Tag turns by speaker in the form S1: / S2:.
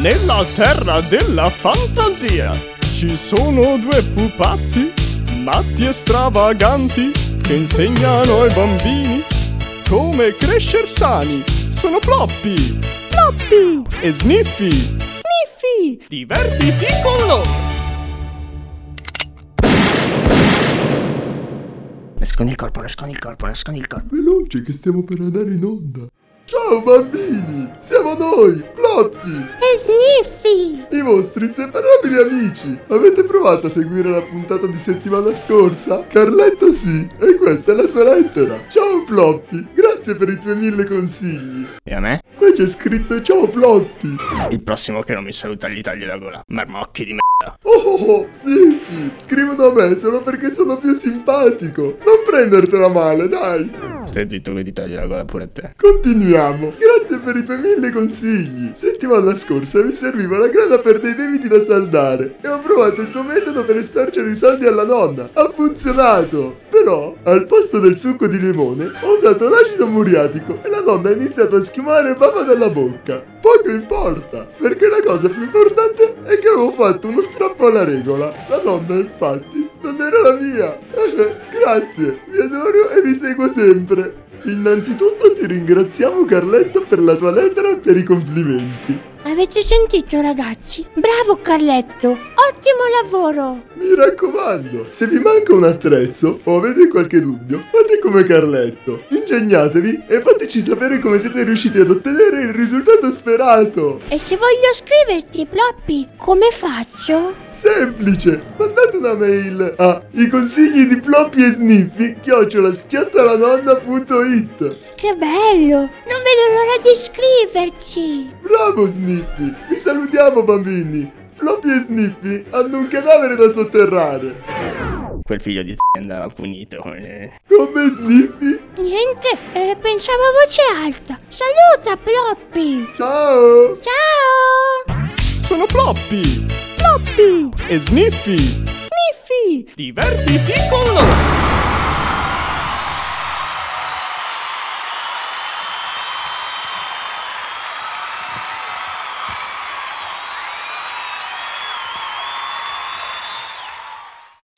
S1: Nella terra della fantasia ci sono due pupazzi, matti e stravaganti, che insegnano ai bambini come crescer sani. Sono Ploppi, Ploppi e Sniffy. Sniffy! Divertiti con loro!
S2: Nascondi il corpo, nascondi il corpo, nascondi il corpo.
S3: Veloce che stiamo per andare in onda. Ciao bambini, siamo noi, Floppy,
S4: E Sniffy!
S3: i vostri inseparabili amici. Avete provato a seguire la puntata di settimana scorsa? Carletta sì, e questa è la sua lettera. Ciao Floppy, grazie per i tuoi mille consigli.
S5: E a me?
S3: Qui c'è scritto ciao Floppy.
S5: Il prossimo che non mi saluta gli taglio la gola. Marmocchi di me.
S3: Oh oh oh, Sniffy, scrivono a me solo perché sono più simpatico. Non prendertela male, dai.
S5: Stai zitto che ti taglio la gola pure a te.
S3: Continuiamo, grazie per i tuoi mille consigli. Settimana scorsa mi serviva la grana per dei debiti da saldare e ho provato il tuo metodo per estorcere i soldi alla nonna. Ha funzionato! Però, al posto del succo di limone, ho usato l'acido muriatico e la nonna ha iniziato a schiumare bava dalla bocca. Poco importa, perché la cosa più importante è che avevo fatto uno strappo alla regola. La nonna, infatti, non era la mia. Eh, Grazie, vi adoro e vi seguo sempre. Innanzitutto ti ringraziamo Carletta per la tua lettera e per i complimenti.
S4: Avete sentito ragazzi? Bravo Carletto! Ottimo lavoro!
S3: Mi raccomando, se vi manca un attrezzo o avete qualche dubbio, fate come Carletto, ingegnatevi e fateci sapere come siete riusciti ad ottenere il risultato sperato.
S4: E se voglio scriverti, Ploppi, come faccio?
S3: Semplice, mandate una mail a i consigli di Ploppi e Sniffi chiocciola schiattalanonna.it.
S4: Che bello! Non vedo l'ora di scriverci!
S3: Bravo Snippy! Vi salutiamo bambini! Floppy e Snippy hanno un cadavere da sotterrare!
S5: Quel figlio di z- andava punito. eh.
S3: Come Snippy?
S4: Niente, eh, pensavo a voce alta. Saluta, Ploppi!
S3: Ciao!
S4: Ciao!
S1: Sono Ploppi, Ploppi e Sniffy.
S4: Sniffy!
S1: Divertiti con loro!